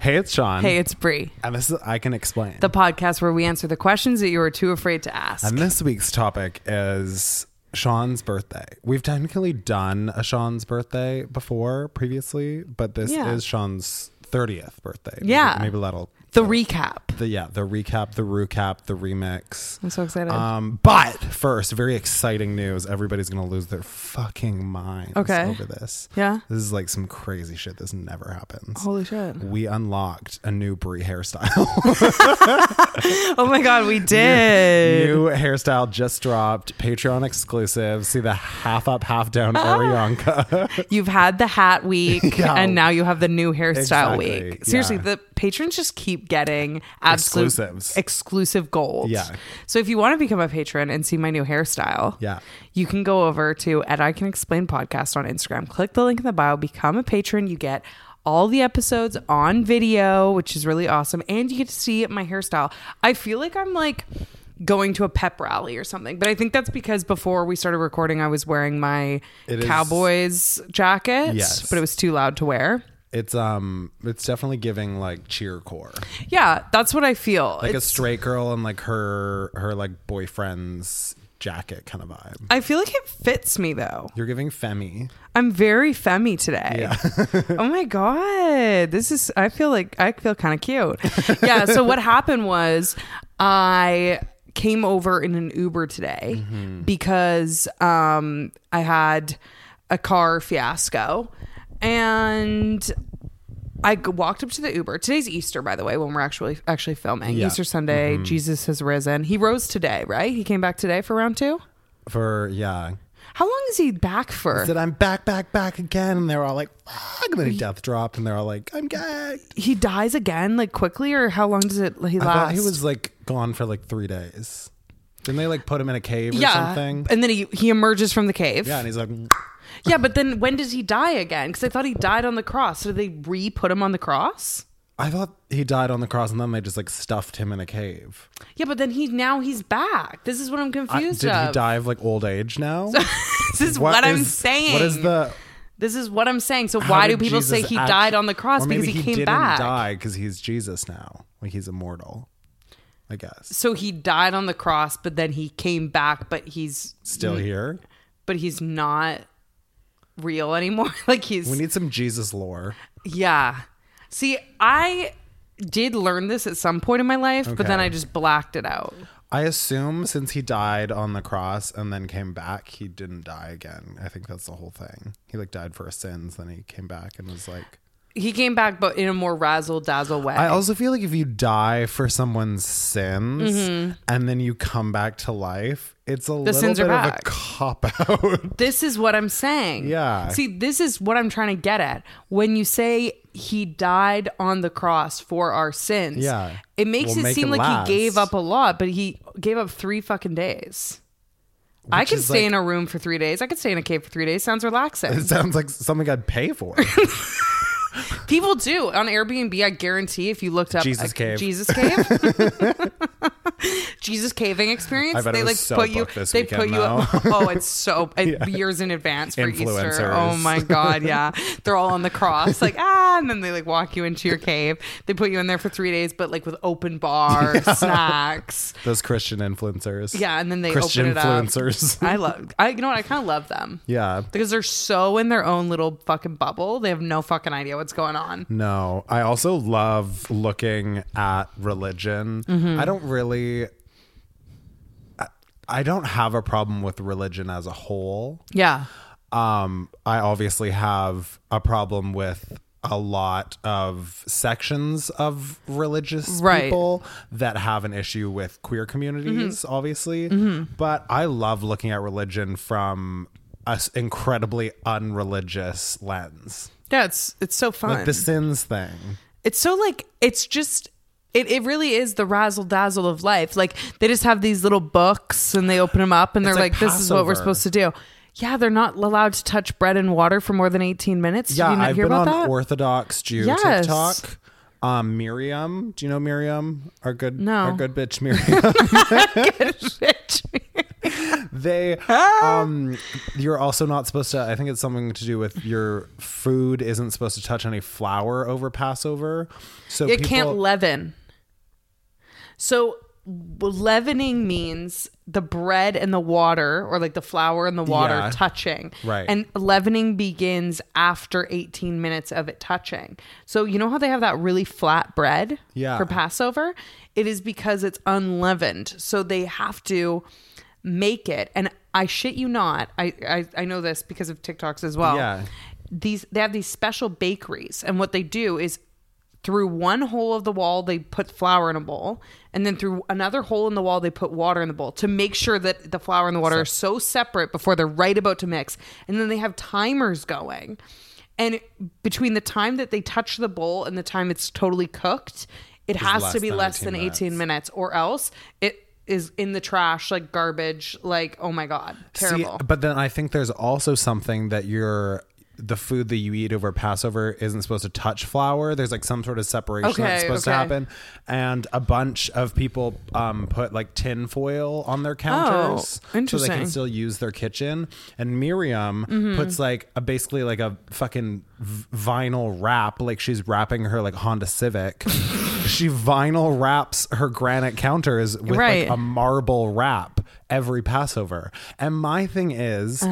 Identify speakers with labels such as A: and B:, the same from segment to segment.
A: Hey, it's Sean.
B: Hey, it's Bree,
A: and this is I can explain.
B: the podcast where we answer the questions that you were too afraid to ask.
A: and this week's topic is Sean's birthday. We've technically done a Sean's birthday before previously, but this
B: Yeah.
A: is Sean's thirtieth birthday. Maybe-
B: Yeah.
A: maybe, that'll
B: the recap.
A: the yeah the recap, the recap, the remix.
B: I'm so excited.
A: Um, but first, very exciting news. Everybody's gonna lose their fucking minds
B: Okay.
A: over this.
B: Yeah?
A: This is like some crazy shit. This never happens.
B: Holy shit.
A: We unlocked a new Brie hairstyle.
B: Oh my God, we did.
A: new hairstyle just dropped. Patreon exclusive. See the half up, half
B: Oh.
A: down Arianka.
B: You've had the hat week
A: Yeah.
B: and now you have the new hairstyle
A: Exactly,
B: week. Seriously,
A: yeah.
B: the patrons just keep getting absolute
A: Exclusives.
B: exclusive gold.
A: Yeah.
B: So if you want to become a patron and see my new hairstyle,
A: Yeah.
B: you can go over to at I Can Explain Podcast on Instagram. Click the link in the bio, become a patron. You get all the episodes on video, which is really awesome. And you get to see my hairstyle. I feel like I'm like going to a pep rally or something, but I think that's because before we started recording, I was wearing my
A: It is-
B: Cowboys jacket,
A: Yes.
B: but it was too loud to wear.
A: it's um, it's definitely giving like cheer core,
B: Yeah, that's what I feel.
A: like a
B: It's-
A: straight girl and like her her like boyfriend's jacket kind of vibe.
B: I feel like it fits me though.
A: You're giving Femi.
B: I'm very femmy today. oh my god, this is. I feel like I feel kind of cute. Yeah. So what happened was, I came over in an Uber today because um, I had a car fiasco, and I g- walked up to the Uber. Today's Easter, by the way, when we're actually actually filming
A: Yeah.
B: Easter Sunday. Jesus has risen. He rose today, right? He came back today for round two.
A: for yeah.
B: How long is he back for?
A: Said I'm back, back, back again, and they're all like, "Fuck!" And then he death dropped, and they're all like, "I'm gay."
B: he dies again like quickly or how long does it he
A: I thought
B: last
A: he was like gone for like three days. Didn't they like put him in a cave or
B: yeah
A: something?
B: and then he he emerges from the cave
A: Yeah, and he's like,
B: Yeah, but then when does he die again because i thought he died on the cross so did they re-put him on the cross
A: I thought he died on the cross, and then they just like stuffed him in a cave.
B: yeah but then he now he's back this is what i'm
A: I-
B: confused
A: did
B: of.
A: he die of like old age now?
B: this is what, i'm saying
A: What is the?
B: this is what i'm saying so
A: how
B: why do
A: did
B: people say
A: Jesus
B: he
A: act-
B: died on the cross
A: or
B: because
A: maybe
B: he,
A: he,
B: came
A: didn't
B: back
A: Die because he's Jesus now. Like he's immortal. I guess
B: so he died on the cross but then he came back but he's
A: still here.
B: but he's not real anymore like he's
A: We need some Jesus lore.
B: Yeah. See, I did learn this at some point in my life, but then
A: Okay.
B: I just blacked it out.
A: I assume since he died on the cross and then came back, he didn't die again. I think that's the whole thing. He like died for his sins, then he came back and was like.
B: He came back, but in a more razzle dazzle way.
A: I also feel like if you die for someone's sins and then you come back to life, it's a little
B: Mm-hmm. sins are
A: bit of a
B: back.
A: cop out.
B: this is what I'm saying.
A: Yeah.
B: See, this is what I'm trying to get at. When you say he died on the cross for our sins,
A: Yeah.
B: it makes
A: Well,
B: it
A: make
B: seem
A: it
B: like
A: last.
B: he gave up a lot, but he gave up three fucking days. I
A: Which
B: could
A: is
B: stay
A: like-
B: in a room for three days. I could stay in a cave for three days. Sounds relaxing.
A: it sounds like something I'd pay for.
B: People do on Airbnb. I guarantee if you looked up
A: Jesus
B: a-
A: cave.
B: Jesus cave, Jesus caving experience,
A: I bet it
B: they
A: was
B: like
A: so
B: put you.
A: booked this
B: they
A: weekend,
B: put you. Up, oh, it's so it- years in advance for Easter. Oh
A: Influencers.
B: my god, yeah, they're all on the cross, like ah, and then they like walk you into your cave. They put you in there for three days, but like with open bar snacks.
A: Those Christian influencers.
B: Yeah, and then they
A: Christian
B: open it
A: influencers.
B: up. I love. I you know what? I kind of love them.
A: yeah.
B: Because they're so in their own little fucking bubble, they have no fucking idea what's going on.
A: Mm. No, I also love looking at religion.
B: Mm-hmm.
A: I don't really. I- I don't have a problem with religion as a whole.
B: Yeah,
A: Um, I obviously have a problem with a lot of sections of religious
B: Right.
A: people that have an issue with queer communities,
B: Mm-hmm.
A: obviously. But I love looking at religion from an incredibly unreligious lens.
B: Yeah, it's it's so fun.
A: Like the sins thing.
B: it's so like it's just it, it really is the razzle dazzle of life. Like they just have these little books and they open them up and they're like,
A: like
B: "This is what we're
A: Passover.
B: supposed to do." Yeah, they're not allowed to touch bread and water for more than eighteen minutes.
A: Yeah,
B: Did you not
A: I've
B: hear
A: been
B: about
A: on
B: that?
A: Orthodox Jew
B: Yes.
A: TikTok. Um, Miriam, do you know Miriam? Our good,
B: No.
A: our good bitch Miriam.
B: Shit.
A: they
B: Ah!
A: um you're also not supposed to i think it's something to do with your food isn't supposed to touch any flour over passover so
B: It
A: people,
B: can't leaven. So leavening means the bread and the water, or like the flour and the water
A: Yeah.
B: touching.
A: Right.
B: And leavening begins after 18 minutes of it touching. So you know how they have that really flat bread
A: Yeah.
B: for Passover? It is because it's unleavened. So they have to make it. And I shit you not, I, I, I know this because of TikToks as well
A: Yeah.
B: Oh. these they have these special bakeries and what they do is through one hole of the wall they put flour in a bowl and then through another hole in the wall they put water in the bowl to make sure that the flour and the water are so separate before they're right about to mix and then they have timers going and between the time that they touch the bowl and the time it's totally cooked it has
A: less
B: to be
A: than
B: less
A: 18
B: than 18
A: minutes.
B: minutes or else it is in the trash like garbage like oh my god
A: See, uh,
B: terrible
A: but then I think there's also something that you're the food that you eat over Passover isn't supposed to touch flour. There's like some sort of separation that's
B: Okay,
A: supposed
B: okay.
A: to happen. And a bunch of people um, put like tin foil on their counters
B: Oh,
A: so they
B: interesting.
A: can still use their kitchen. And Miriam puts like a basically like a fucking v- vinyl wrap, like she's wrapping her like Honda Civic. she vinyl wraps her granite counters with
B: Right.
A: like a marble wrap every Passover. And my thing is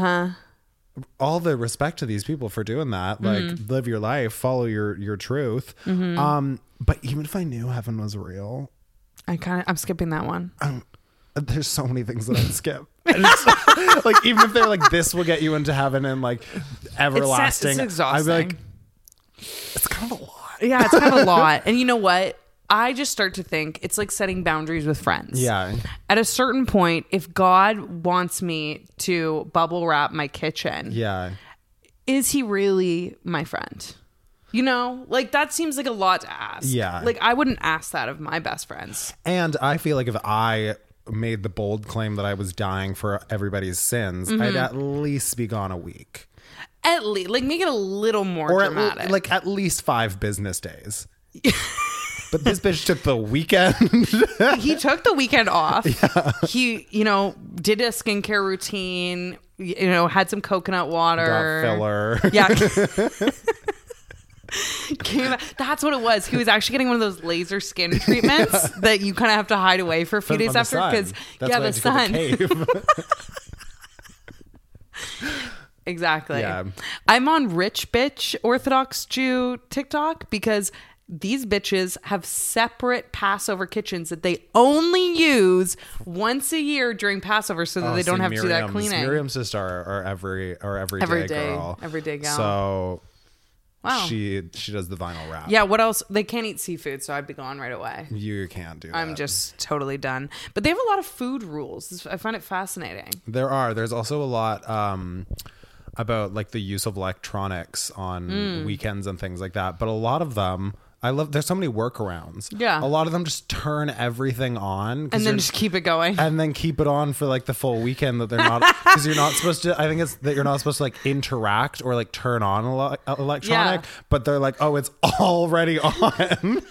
A: all the respect to these people for doing that. Like live your life, follow your your truth. Um but even if I knew heaven was real,
B: i kind of i'm skipping that one
A: there's so many things that I'd skip. And it's- like even if they're like this will get you into heaven and like everlasting.
B: it's
A: I'd be like
B: exhausting.
A: it's kind of a lot.
B: Yeah, it's kind of a lot. And you know what? I just start to think it's like setting boundaries with friends.
A: Yeah.
B: At a certain point, if God wants me to bubble wrap my kitchen,
A: Yeah.
B: is he really my friend? You know, like that seems like a lot to ask.
A: Yeah.
B: Like I wouldn't ask that of my best friends.
A: And I feel like if I made the bold claim that I was dying for everybody's sins,
B: Mm-hmm.
A: I'd at least be gone a week.
B: At least, like make it a little more
A: Or at le-
B: dramatic.
A: like at least five business days. but this bitch took the weekend.
B: he took the weekend off. He, you know, did a skincare routine, you know, had some coconut water.
A: Got filler.
B: Yeah. Came- that's what it was. He was actually getting one of those laser skin treatments that you kind of have to hide away for a few
A: On
B: days
A: the
B: after
A: sun.
B: because
A: That's
B: yeah,
A: why I
B: the
A: had to go to
B: sun.
A: cave.
B: Exactly.
A: Yeah.
B: I'm on rich bitch Orthodox Jew TikTok because these bitches have separate Passover kitchens that they only use once a year during Passover so that they don't
A: See,
B: have to do that
A: Oh, Miriam's-
B: cleaning.
A: Miriam's just our, our every our everyday
B: Everyday-
A: girl.
B: everyday gal.
A: So
B: Wow.
A: she she does the vinyl wrap.
B: yeah, what else? They can't eat seafood, so I'd be gone right away.
A: You can't do that.
B: I'm just totally done. But they have a lot of food rules. I find it fascinating.
A: There are. There's also a lot um, about like the use of electronics on
B: Mm.
A: weekends and things like that. But a lot of them, I love. There's so many workarounds.
B: Yeah.
A: A lot of them just turn everything on 'cause
B: And then
A: you're-
B: just keep it going.
A: and then keep it on for like the full weekend that they're not because you're not supposed to. I think it's that you're not supposed to like interact or like turn on ele- electronic.
B: Yeah.
A: But they're like, oh, it's already on.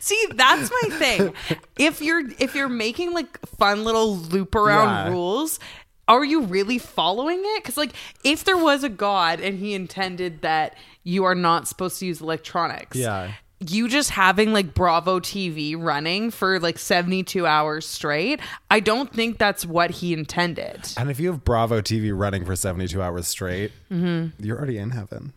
B: See, that's my thing. if you're if you're making like fun little loop around
A: Yeah.
B: rules, are you really following it? Cuz like if there was a god and he intended that you are not supposed to use electronics.
A: Yeah.
B: You just having like Bravo TV running for like 72 hours straight, I don't think that's what he intended.
A: and if you have Bravo TV running for 72 hours straight,
B: Mm-hmm.
A: you're already in heaven.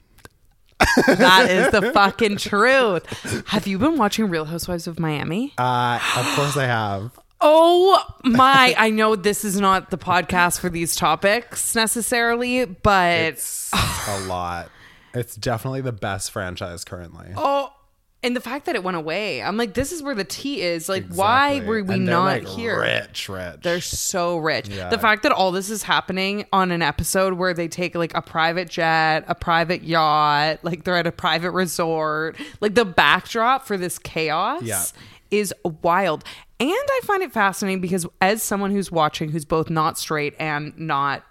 B: That is the fucking truth. Have you been watching Real Housewives of Miami?
A: Uh, of course, I have.
B: oh my, I know this is not the podcast for these topics necessarily, but
A: It's a lot. It's definitely the best franchise currently.
B: oh, and the fact that it went away, I'm like, this is where the tea is. Like, why
A: Exactly.
B: were we
A: And they're,
B: not
A: like,
B: here?
A: Rich, rich.
B: They're so rich.
A: Yeah.
B: The fact that all this is happening on an episode where they take like a private jet, a private yacht, like they're at a private resort, like the backdrop for this chaos
A: Yeah.
B: is wild. And I find it fascinating because as someone who's watching who's both not straight and not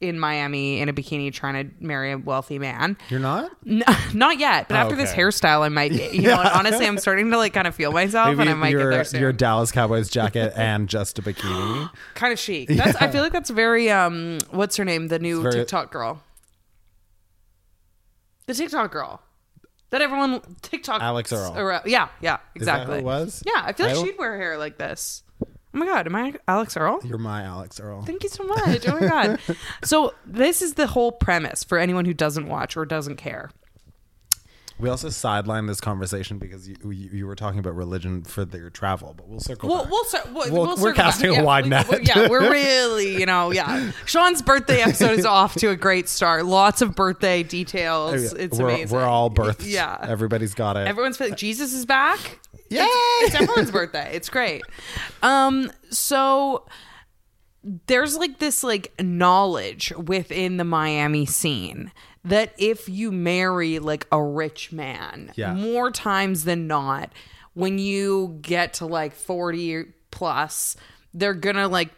B: in Miami in a bikini trying to marry a wealthy man.
A: You're not?
B: N- not yet, but
A: Oh,
B: after this
A: okay.
B: hairstyle, I might. Get, you know, and honestly, I'm starting to like kind of feel myself, and I might get
A: your,
B: there soon.
A: your Dallas Cowboys jacket and just a bikini.
B: kind of chic. That's, I feel like that's very um. What's her name? The new
A: very-
B: TikTok girl. The TikTok girl that everyone TikTok
A: Alex Earl.
B: Earl- Yeah, yeah,
A: that
B: exactly.
A: who it was?
B: Yeah, I feel like
A: Earl?
B: she'd wear hair like this. Oh my god, am I Alex Earl?
A: You're my Alex Earl.
B: Thank you so much. Oh my god. so this is the whole premise for anyone who doesn't watch or doesn't care.
A: We also sidelined this conversation because you, you you were talking about religion for your travel, but we'll circle
B: We'll,
A: back.
B: we'll, cer- we'll,
A: We'll-
B: we'll
A: we're
B: circle
A: casting a
B: back.
A: wide
B: we-
A: net.
B: we- yeah, we're really, you know, yeah. Sean's birthday episode is off to a great start. Lots of birthday details. It's
A: Oh, we're,
B: amazing.
A: We're all birthed.
B: Yeah.
A: Everybody's got it.
B: Everyone's feeling Jesus is back.
A: Yay!
B: It's everyone's birthday. It's great. Um, so there's like this like knowledge within the Miami scene that if you marry like a rich man,
A: Yeah.
B: more times than not, when you get to like 40 plus, they're gonna like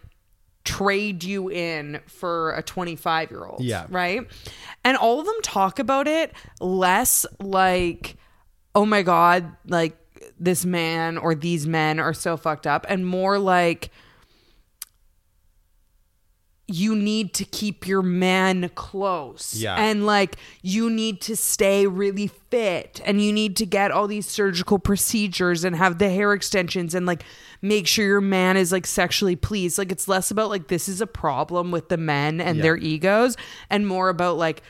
B: trade you in for a 25 year old.
A: Yeah.
B: Right. And all of them talk about it less like, oh my God, like this man or these men are so fucked up, and more like, you need to keep your man close.
A: Yeah.
B: And like you need to stay really fit and you need to get all these surgical procedures and have the hair extensions and like make sure your man is like sexually pleased. Like it's less about like this is a problem with the men and
A: Yeah.
B: their egos and more about like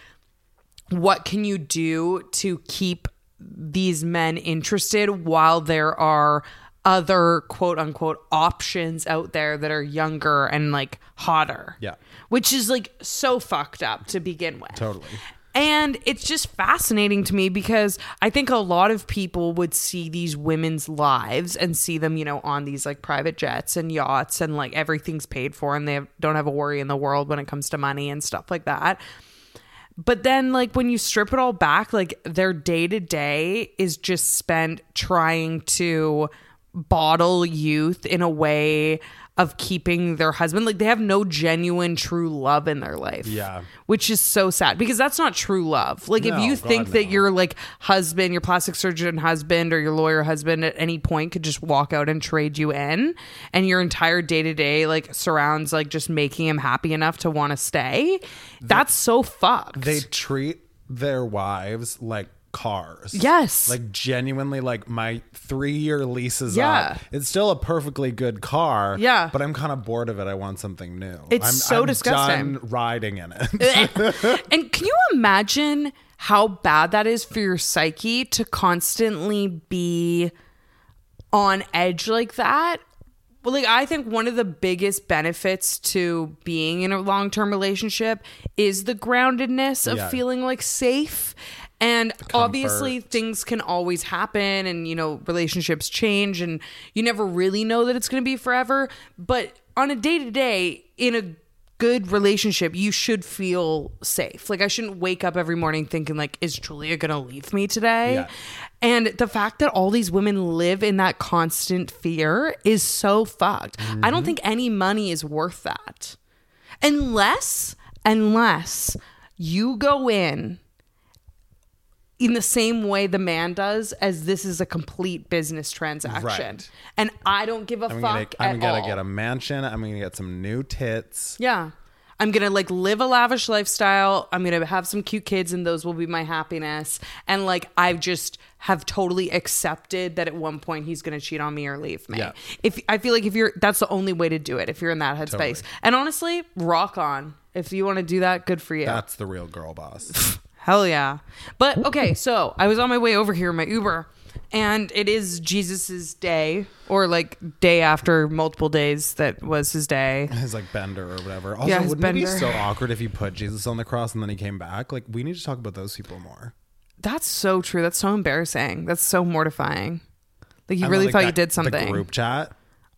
B: what can you do to keep these men interested while there are other quote unquote options out there that are younger and like hotter.
A: Yeah.
B: Which is like so fucked up to begin with.
A: Totally.
B: And it's just fascinating to me because I think a lot of people would see these women's lives and see them, you know, on these like private jets and yachts and like everything's paid for and they have, don't have a worry in the world when it comes to money and stuff like that. But then, like, when you strip it all back, like, their day to day is just spent trying to bottle youth in a way of keeping their husband. Like, they have no genuine true love in their life.
A: Yeah.
B: Which is so sad because that's not true love. Like,
A: No,
B: if you
A: God,
B: think that
A: no.
B: your, like, husband, your plastic surgeon husband, or your lawyer husband at any point could just walk out and trade you in, and your entire day to day, like, surrounds, like, just making him happy enough to want to stay, that's so fucked.
A: They treat their wives like cars.
B: Yes.
A: Like genuinely like my 3-year lease is
B: Yeah.
A: up. It's still a perfectly good car,
B: Yeah.
A: but I'm kind of bored of it. I want something new.
B: It's
A: I'm,
B: so
A: I'm
B: disgusting.
A: done riding in it.
B: and can you imagine how bad that is for your psyche to constantly be on edge like that? Well, like I think one of the biggest benefits to being in a long-term relationship is the groundedness of
A: Yeah.
B: feeling like safe. And obviously things can always happen and you know relationships change and you never really know that it's going to be forever, but on a day-to-day in a good relationship, you should feel safe. Like I shouldn't wake up every morning thinking like is Julia going to leave me today?
A: Yeah.
B: And the fact that all these women live in that constant fear is so fucked. I don't think any money is worth that. Unless, unless you go in in the same way the man does as this is a complete business transaction.
A: Right.
B: And I don't give a
A: I'm gonna,
B: fuck
A: I'm
B: at
A: gonna
B: all.
A: get a mansion. I'm gonna get some new tits.
B: Yeah. I'm going to like live a lavish lifestyle. I'm going to have some cute kids and those will be my happiness. And like I just have totally accepted that at one point he's going to cheat on me or leave me.
A: Yeah.
B: If I feel like if you're that's the only way to do it if you're in that headspace.
A: Totally.
B: And honestly, rock on. If you want to do that, good for you.
A: That's the real girl boss.
B: Hell yeah. But okay, so I was on my way over here in my Uber and it is Jesus's day or like day after multiple days that was his day.
A: His like bender or whatever. Also,
B: Yeah, his
A: wouldn't it be
B: bender.
A: so awkward if you put Jesus on the cross and then he came back? Like, we need to talk about those people more.
B: That's so true. That's so embarrassing. That's so mortifying. Like
A: And
B: you
A: then,
B: really
A: like,
B: thought
A: that-
B: you did something.
A: The group chat.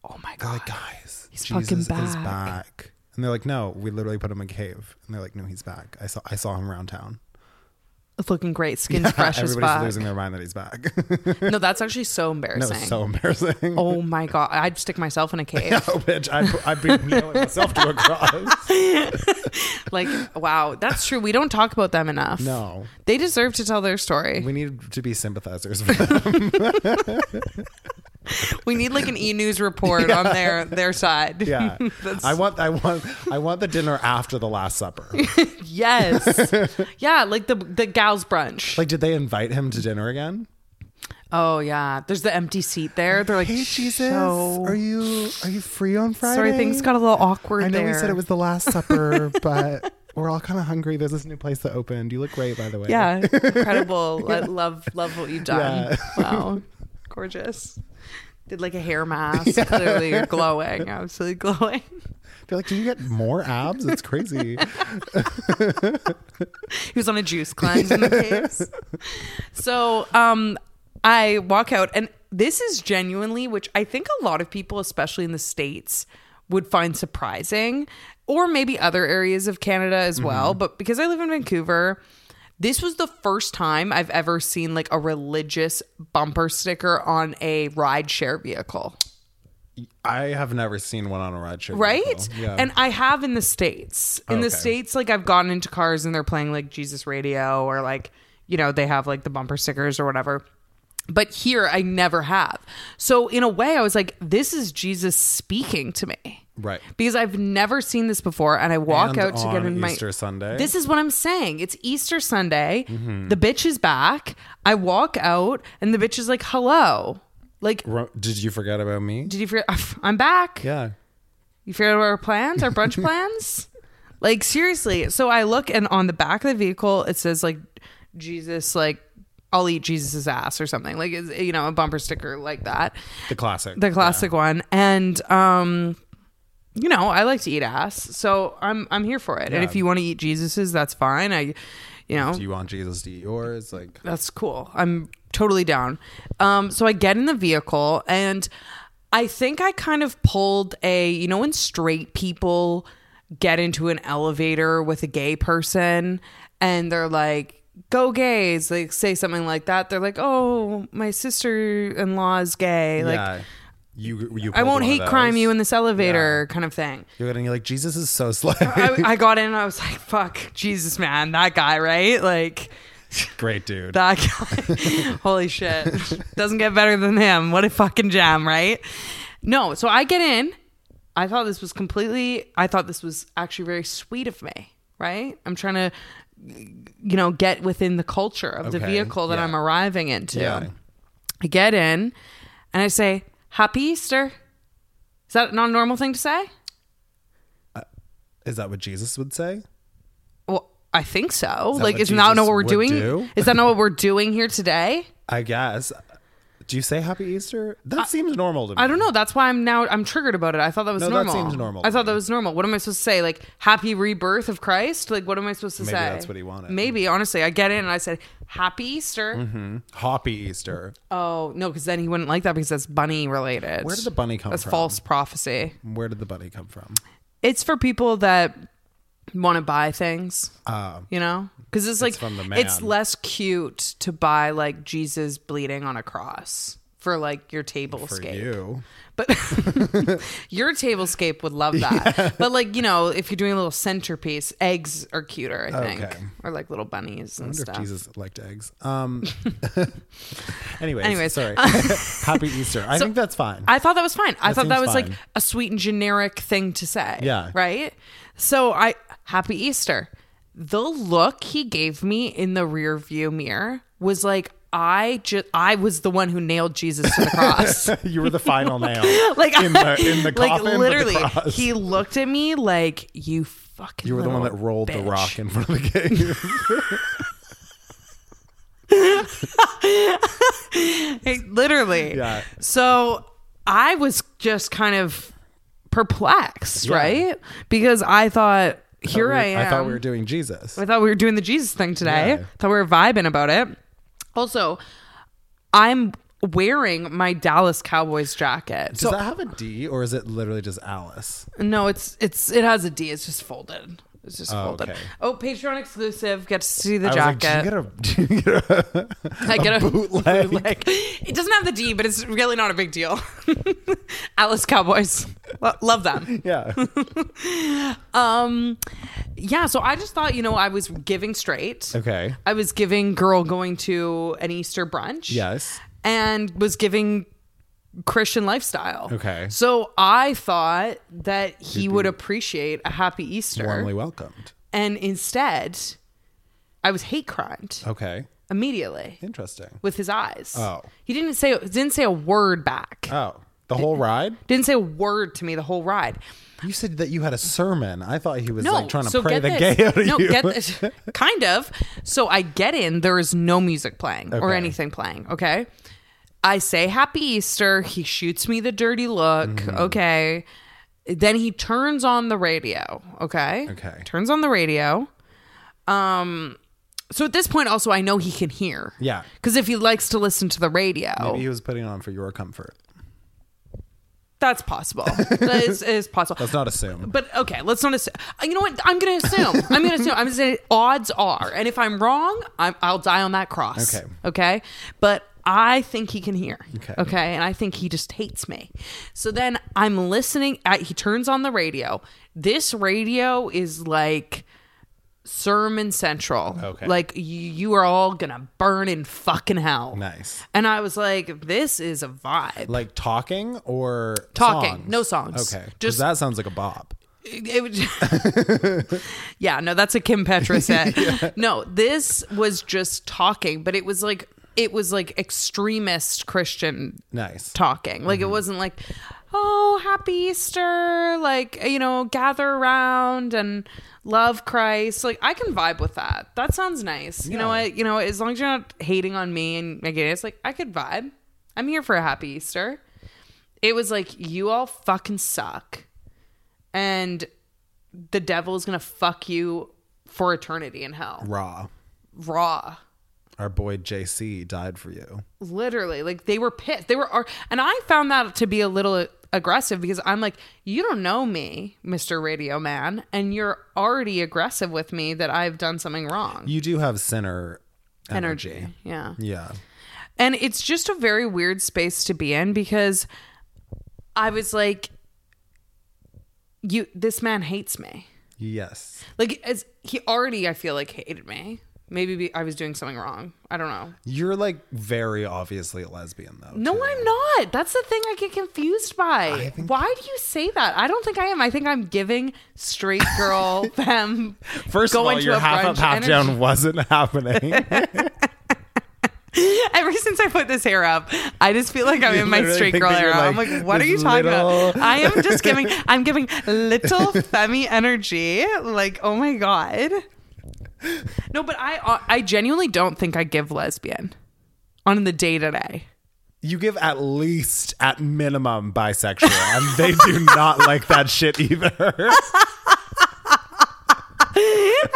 B: oh my
A: They're
B: god.
A: like, guys,
B: He's
A: Jesus
B: fucking
A: is
B: back."
A: back. And they're like, no, we literally put him in a cave. And they're like, no, he's back. I saw I saw him around town.
B: looking great. Skin's fresh as
A: Everybody's
B: fuck.
A: losing their mind that he's back.
B: No, that's actually so
A: that
B: embarrassing.
A: was so embarrassing.
B: oh my god, I'd stick myself in a cave.
A: Oh, bitch, I'd, I'd be nailing myself to a cross.
B: like, wow, that's true. We don't talk about them enough.
A: No,
B: They deserve to tell their story.
A: we need to be sympathizers for them.
B: We need like an e news report on their their side.
A: Yeah, I want, I want, I want the dinner after the Last Supper.
B: Yes. yeah, like the the gals brunch.
A: Like, did they invite him to dinner again?
B: oh yeah, there's the empty seat there. They're like,
A: Hey, Jesus,
B: "So-
A: are you are you free on Friday?
B: sorry, things got a little awkward.
A: I know
B: there.
A: we said it was the Last Supper, but we're all kind of hungry. There's this new place that opened. You look great, by the way.
B: Yeah, incredible. Lo- Love, love what you've done.
A: Yeah.
B: Wow, gorgeous. Did like a hair mask. Clearly, you're glowing. Absolutely glowing.
A: They're like, did you get more abs? It's crazy.
B: He was on a juice cleanse in the case. So, um, I walk out, and this is genuinely, which I think a lot of people, especially in the states, would find surprising, or maybe other areas of Canada as well. But because I live in Vancouver. This was the first time I've ever seen like a religious bumper sticker on a rideshare vehicle.
A: I have never seen one on a ride share.
B: right
A: vehicle. Yeah.
B: and i have in the states in the
A: Okay.
B: states like i've gotten into cars and they're playing like jesus radio or like you know they have like the bumper stickers or whatever but here i never have so in a way i was like this is jesus speaking to me
A: right.
B: because i've never seen this before and i walk
A: And
B: out to get
A: on
B: in my
A: Easter Sunday. Mm-hmm.
B: this is what I'm saying. It's Easter Sunday. The bitch is back. I walk out and the bitch is like, hello. Like,
A: Ro- Did you forget about me?
B: did you forget? I'm back.
A: Yeah.
B: You figured out our plans, our brunch plans? Like seriously. So I look and on the back of the vehicle it says like Jesus like I'll eat Jesus's ass or something. Like it's, you know, a bumper sticker like that.
A: The classic.
B: The classic one. And um you know, I like to eat ass. So I'm I'm here for it. And
A: Yeah.
B: if you want to eat Jesus's, that's fine. I you know,
A: Do you want Jesus to eat yours? Like,
B: that's cool. I'm totally down. Um, so I get in the vehicle and I think I kind of pulled a, you know, when straight people get into an elevator with a gay person and they're like, go gays, like say something like that. They're like, oh, my sister in law is gay. Like,
A: yeah. You, you
B: I
A: pulled
B: won't
A: one of
B: hate crime
A: those.
B: you in this elevator kind of thing.
A: You're getting you're like Jesus is so slow.
B: I, I got in and I was like, fuck, Jesus, man, that guy, right? Like,
A: Great dude.
B: That guy. Holy shit. Doesn't get better than him. What a fucking jam, right? No, so I get in. I thought this was completely, I thought this was actually very sweet of me, right? I'm trying to, you know, get within the culture of the
A: Okay,
B: vehicle that
A: yeah.
B: I'm arriving into.
A: Yeah.
B: I get in and I say, Happy Easter. Is that not a normal thing to say?
A: Is that what Jesus would say?
B: Well, I think so.
A: that
B: like,
A: what
B: is not
A: Jesus
B: what we're
A: would
B: doing?
A: do?
B: Is that not what we're doing here today?
A: I guess. Do you say Happy Easter? That seems normal to me.
B: I don't know. That's why I'm now I'm triggered about it. I thought that was
A: No, that
B: normal.
A: seems normal
B: I
A: to
B: thought
A: me.
B: that was normal. What am I supposed to say? Like happy rebirth of Christ? Like what am I supposed to
A: Maybe
B: say?
A: that's what he wanted. Mm-hmm.
B: Maybe honestly, I get in and I said happy Easter.
A: Hoppy Easter.
B: Oh no, because then he wouldn't like that because that's bunny related.
A: Where did the bunny come
B: That's
A: from?
B: false prophecy.
A: Where did the bunny come from?
B: It's for people that want to buy things. you know, because it's like
A: Oh. from the
B: it's
A: man.
B: less cute to buy like Jesus bleeding on a cross for like your table
A: For
B: scape.
A: you.
B: But your table scape would love that. But like, you know, if you're doing a little centerpiece, eggs are cuter, I think.
A: Okay.
B: Or like little bunnies
A: I
B: and
A: wonder if
B: stuff.
A: Jesus liked eggs. Um. anyways,
B: Anyways.
A: sorry. Happy Easter. I think that's fine.
B: I thought that was fine. I thought that
A: seems
B: was like
A: fine.
B: a sweet and generic thing to say.
A: Yeah.
B: Right? So I happy Easter. The look he gave me in the rear view mirror was like I just I was the one who nailed Jesus to the cross.
A: you were the final nail.
B: like
A: in the in the
B: like
A: coffin. with the
B: literally
A: cross.
B: he looked at me like you fucking
A: You were the one that
B: little
A: rolled the
B: bitch."
A: rock in front of the cave.
B: literally.
A: Yeah.
B: So I was just kind of perplexed, right? Because I thought, here I am.
A: I thought we were doing Jesus.
B: I thought we were doing the Jesus thing today.
A: Yeah.
B: Thought we were vibing about it. Also, I'm wearing my Dallas Cowboys jacket.
A: Does
B: so
A: that have a D or is it literally just Alice?
B: no, it's it's it has a D. It's just folded. It's just
A: Oh,
B: folded.
A: okay.
B: Oh, Patreon exclusive. Get to see the
A: I was like,
B: jacket.
A: do you get a, do you get a
B: I get a,
A: bootleg?
B: bootleg. It doesn't have the D, but it's really not a big deal. Alice Cowboys, Lo- love them.
A: yeah.
B: Um, yeah. So I just thought, you know, I was giving straight.
A: Okay.
B: I was giving girl going to an Easter brunch.
A: Yes.
B: And was giving Christian lifestyle.
A: Okay.
B: So I thought that he
A: You'd
B: would
A: be-
B: appreciate a happy Easter.
A: Warmly welcomed.
B: And instead, I was hate crimed
A: Okay.
B: immediately
A: Interesting.
B: with his eyes.
A: Oh.
B: He didn't say didn't say a word back.
A: Oh, the whole ride?
B: didn't say a word to me the whole ride.
A: You said that you had a sermon. I thought he was
B: No,
A: like trying to
B: so
A: pray
B: get
A: the
B: this.
A: gay out of
B: no,
A: you.
B: get this. kind of. So I get in. There is no music playing or
A: Okay.
B: anything playing. Okay. I say Happy Easter. He shoots me the dirty look.
A: Mm.
B: Okay. Then he turns on the radio. Okay.
A: Okay.
B: Turns on the radio. Um. So at this point, also I know he can hear.
A: Yeah.
B: Because if he likes to listen to the radio,
A: Maybe he was putting it on for your comfort.
B: that's possible. that is, is possible.
A: Let's not assume.
B: But okay, let's not assume. You know what? I'm going to assume. I'm going to assume. I'm going to say odds are, and if I'm wrong, I'm, I'll die on that cross.
A: Okay.
B: Okay. But I think he can hear.
A: Okay.
B: Okay. And I think he just hates me. So then I'm listening. At, he turns on the radio. This radio is like sermon central.
A: Okay.
B: Like you, you are all gonna burn in fucking hell.
A: Nice.
B: And I was like, this is a vibe.
A: Like talking or
B: Talking.
A: songs?
B: No songs.
A: Okay. Just
B: Just-
A: that sounds like a bop.
B: it would, yeah, no, that's a Kim Petra set. No, this was just talking, but it was like it was like extremist Christian
A: Nice.
B: talking. Like it wasn't like, oh, happy Easter, like you know, gather around and love Christ. Like I can vibe with that. That sounds nice. You know
A: Yeah.
B: what? You know, as long as you're not hating on me and I get it, it's like I could vibe. I'm here for a happy Easter. It was like you all fucking suck, and the devil is gonna fuck you for eternity in hell.
A: Raw.
B: Raw
A: Our boy JC died for you.
B: literally like they were pissed they were ar- and i found that to be a little aggressive because i'm like you don't know me mr radio man and you're already aggressive with me that i've done something wrong
A: You do have sinner
B: energy,
A: energy.
B: yeah
A: Yeah.
B: and it's just a very weird space to be in because i was like you this man hates me
A: Yes.
B: like as he already i feel like hated me maybe be, i was doing something wrong i don't know
A: You're like very obviously a lesbian though.
B: No, I'm not. That's the thing I get confused by.
A: think-
B: Why do you say that? I don't think I am. I think I'm giving straight girl femme.
A: First
B: going
A: of all, your half up, half down wasn't happening.
B: Ever since I put this hair up, I just feel like I'm
A: You
B: in my
A: literally
B: straight
A: think
B: girl
A: that you're
B: era. I'm
A: like
B: like, what are
A: this
B: you talking about?
A: little-
B: I am just giving. I'm giving little femmy energy. Like, oh my god. No, but I uh, I genuinely don't think I give lesbian on the day to day.
A: you give at least, at minimum, bisexual, and they do not like that shit either.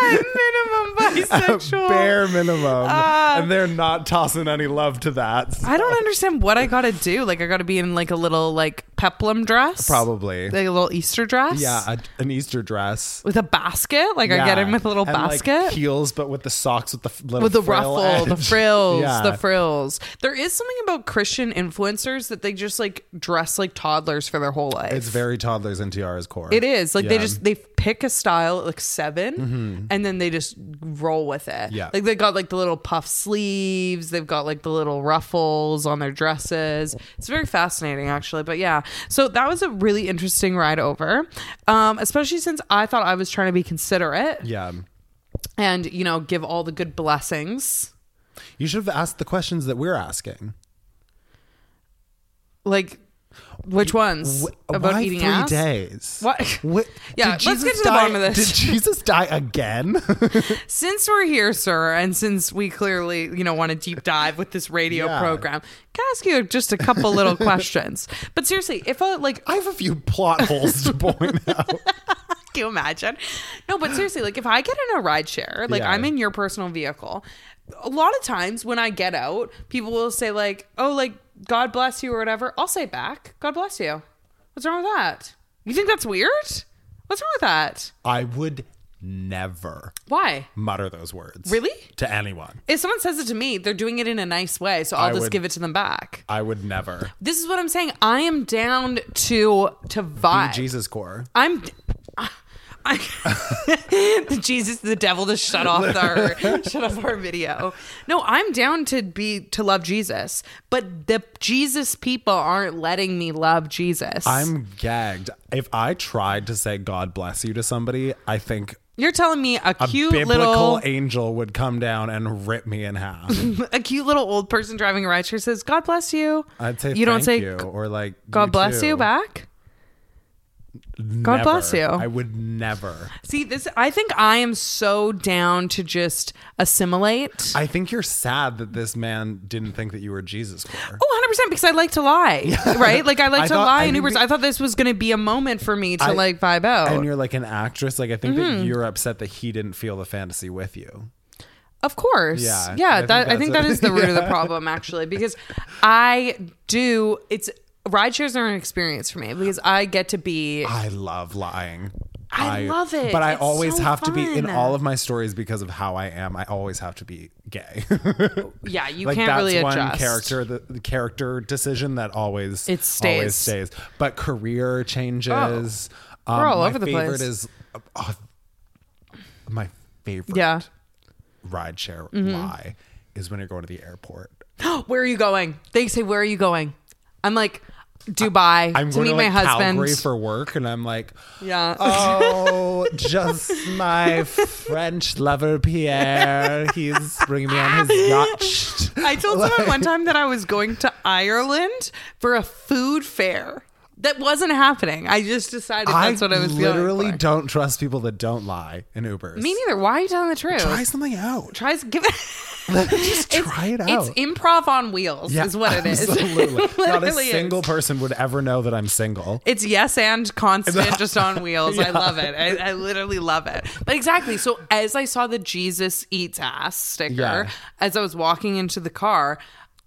B: Minimum bisexual.
A: Bare minimum,
B: Uh,
A: and they're not tossing any love to that.
B: I don't understand what I gotta do. Like I gotta be in like a little like peplum dress,
A: Probably,
B: like a little Easter dress.
A: yeah, a, an Easter dress.
B: with a basket. Like I get
A: Yeah.
B: in with a little
A: And, like,
B: basket
A: heels, but with the socks with the f- little
B: with the
A: frill
B: ruffle, the
A: edge.
B: frills,
A: Yeah.
B: the frills. There is something about Christian influencers that they just like dress like toddlers for their whole life.
A: It's very toddlers and tiara's core.
B: It is like they
A: Yeah. Mm-hmm.
B: just they pick a style at like 7 and then they just roll with it.
A: Yeah.
B: like they got like the little puff sleeves. They've got like the little ruffles on their dresses. It's very fascinating, actually. But yeah, so that was a really interesting ride over, um, especially since I thought I was trying to be considerate
A: Yeah,
B: and you know give all the good blessings.
A: you should have asked the questions that we're asking.
B: Like, which ones
A: Wh-
B: about
A: why
B: eating
A: three
B: ass?
A: days?
B: What-
A: What?
B: Yeah,
A: did
B: let's get
A: Jesus
B: to the
A: die-
B: bottom of this.
A: Did Jesus die again?
B: since we're here, sir, and since we clearly, you know, want to deep dive with this radio
A: Yeah.
B: program, can I ask you just a couple little questions? But seriously, if a like,
A: I have a few plot holes to point out.
B: can you imagine? No, but seriously, like if I get in a ride share, like
A: Yeah.
B: I'm in your personal vehicle, a lot of times when I get out, people will say like, "Oh, like God bless you" or whatever. I'll say back, "God bless you." What's wrong with that? You think that's weird? What's wrong with that?
A: I would never
B: Why?
A: mutter those words.
B: Really?
A: To anyone.
B: If someone says it to me, they're doing it in a nice way, so I'll
A: I
B: just
A: would-
B: give it to them back.
A: I would never.
B: This is what I'm saying. I am down to to
A: Be
B: vibe.
A: Jesus core.
B: I'm. I, the Jesus, the devil, to shut off our shut off our video. No, I'm down to be to love Jesus, but the Jesus people aren't letting me love Jesus.
A: I'm gagged. If I tried to say God bless you to somebody, I think
B: You're telling me a
A: a
B: cute
A: biblical
B: little
A: angel would come down and rip me in half.
B: a cute little old person driving a rideshare says, "God bless you."
A: I'd say
B: you don't
A: "Thank
B: say
A: you or like
B: "God bless
A: too."
B: you" back. God
A: Never.
B: bless you.
A: I would never.
B: See this. I think I am so down to just assimilate.
A: I think you're sad that this man didn't think that you were Jesus core.
B: Oh, 100% because I like to lie, right? Like I like
A: I
B: to
A: thought-
B: lie
A: I
B: in
A: think
B: Ubers.
A: the-
B: I thought this was going to be a moment for me to
A: I-
B: like vibe out.
A: And you're like an actress. Like I think
B: Mm-hmm.
A: that you're upset that he didn't feel the fantasy with you.
B: Of course.
A: Yeah,
B: Yeah,
A: I think
B: that, I
A: that's
B: think
A: a-
B: that is the root of the problem actually because I do it's ride shares are an experience for me because I get to be
A: I love lying.
B: I love it.
A: But I
B: It's
A: always
B: so
A: have to be in
B: fun.
A: all of my stories because of how I am. I always have to be gay.
B: yeah, you
A: like
B: can't
A: that's
B: really
A: one
B: adjust.
A: character the, the character decision that always
B: It stays. Oh.
A: always stays. But career changes. um,
B: We're all
A: my
B: over the
A: favorite
B: place.
A: is oh, my favorite
B: Yeah. Mm-hmm.
A: ride share lie is when you're going to the airport.
B: where are you going? They say where are you going? I'm like Dubai
A: I'm
B: to
A: going
B: meet
A: to
B: my
A: like
B: husband.
A: Calgary for work, and I'm like,
B: yeah.
A: oh, just my French lover Pierre. He's bringing me on his yacht.
B: I told someone one time that I was going to Ireland for a food fair. That wasn't happening. I just decided
A: I
B: that's what I was going
A: literally
B: for.
A: don't trust people that don't lie in Ubers.
B: Me neither. Why are you telling the truth?
A: Try something out.
B: Tries give
A: Just try it out.
B: It's improv on wheels,
A: Yeah,
B: is what it is.
A: Absolutely. Not a
B: Literally is.
A: single person would ever know that I'm single.
B: It's yes and constant, just on wheels. I love it. I, I literally love it. But exactly. So as I saw the Jesus eats ass sticker,
A: Yeah.
B: as I was walking into the car,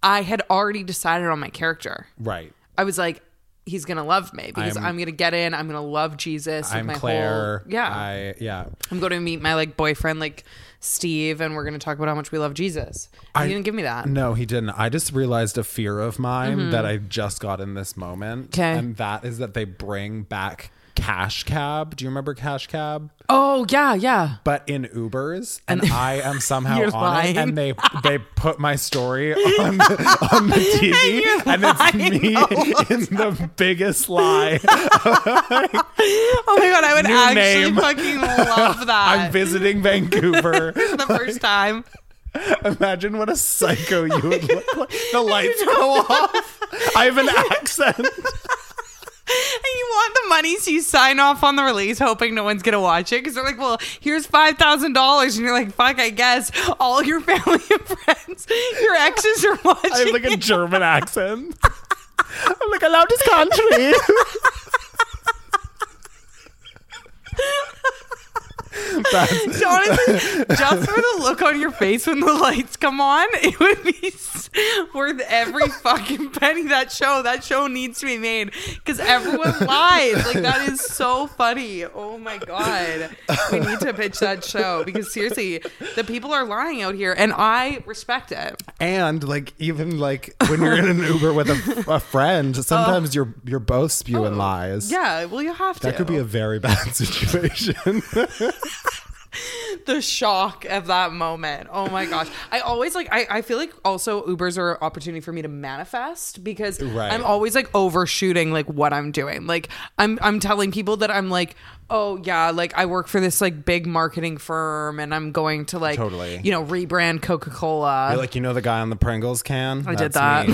B: I had already decided on my character.
A: Right.
B: I was like, he's gonna love me because I'm,
A: I'm-
B: gonna get in. I'm gonna love Jesus. with
A: I'm
B: my
A: Claire.
B: Whole, yeah, I,
A: I, yeah.
B: am going to meet my like boyfriend, like Steve, and we're gonna talk about how much we love Jesus.
A: I-
B: he didn't give me that.
A: No, he didn't. I just realized a fear of mine that I just got in this moment.
B: 'Kay.
A: And that is that they bring back Cash Cab. Do you remember Cash Cab?
B: Oh yeah, yeah.
A: But in Ubers, and I am somehow
B: You're
A: on
B: lying.
A: it, and they they put my story on the, on the TV, and, it's me in the biggest lie.
B: Oh my god, I would
A: New
B: actually
A: name.
B: fucking love
A: I'm
B: that.
A: visiting Vancouver.
B: the first time.
A: Imagine what a psycho you would look like. The lights go off. I have an accent.
B: And you want the money, so you sign off on the release, hoping no one's gonna watch it because they're like, "Well, here's five thousand dollars," and you're like, "Fuck, I guess all your family and friends, your exes are watching."
A: I have like a German accent. I'm like, I love this country. That's,
B: So honestly, just for the look on your face when the lights come on, it would be s- worth every fucking penny. That show, that show needs to be made because everyone lies. Like that is so funny. Oh my god, we need to pitch that show because seriously, the people are lying out here, and I respect it.
A: and like, even like when you're in an Uber with a, a friend, sometimes you're you're both spewing lies.
B: Oh. Yeah, well, you have to.
A: That could be a very bad situation.
B: the shock of that moment. Oh my gosh. I always like I, I feel like also Ubers are an opportunity for me to manifest because
A: Right.
B: I'm always like overshooting like what I'm doing. Like I'm I'm telling people that I'm like, oh yeah, like I work for this like big marketing firm and I'm going to like
A: Totally.
B: you know, rebrand Coca Cola.
A: You're like, you know, the guy on the Pringles can.
B: I did that.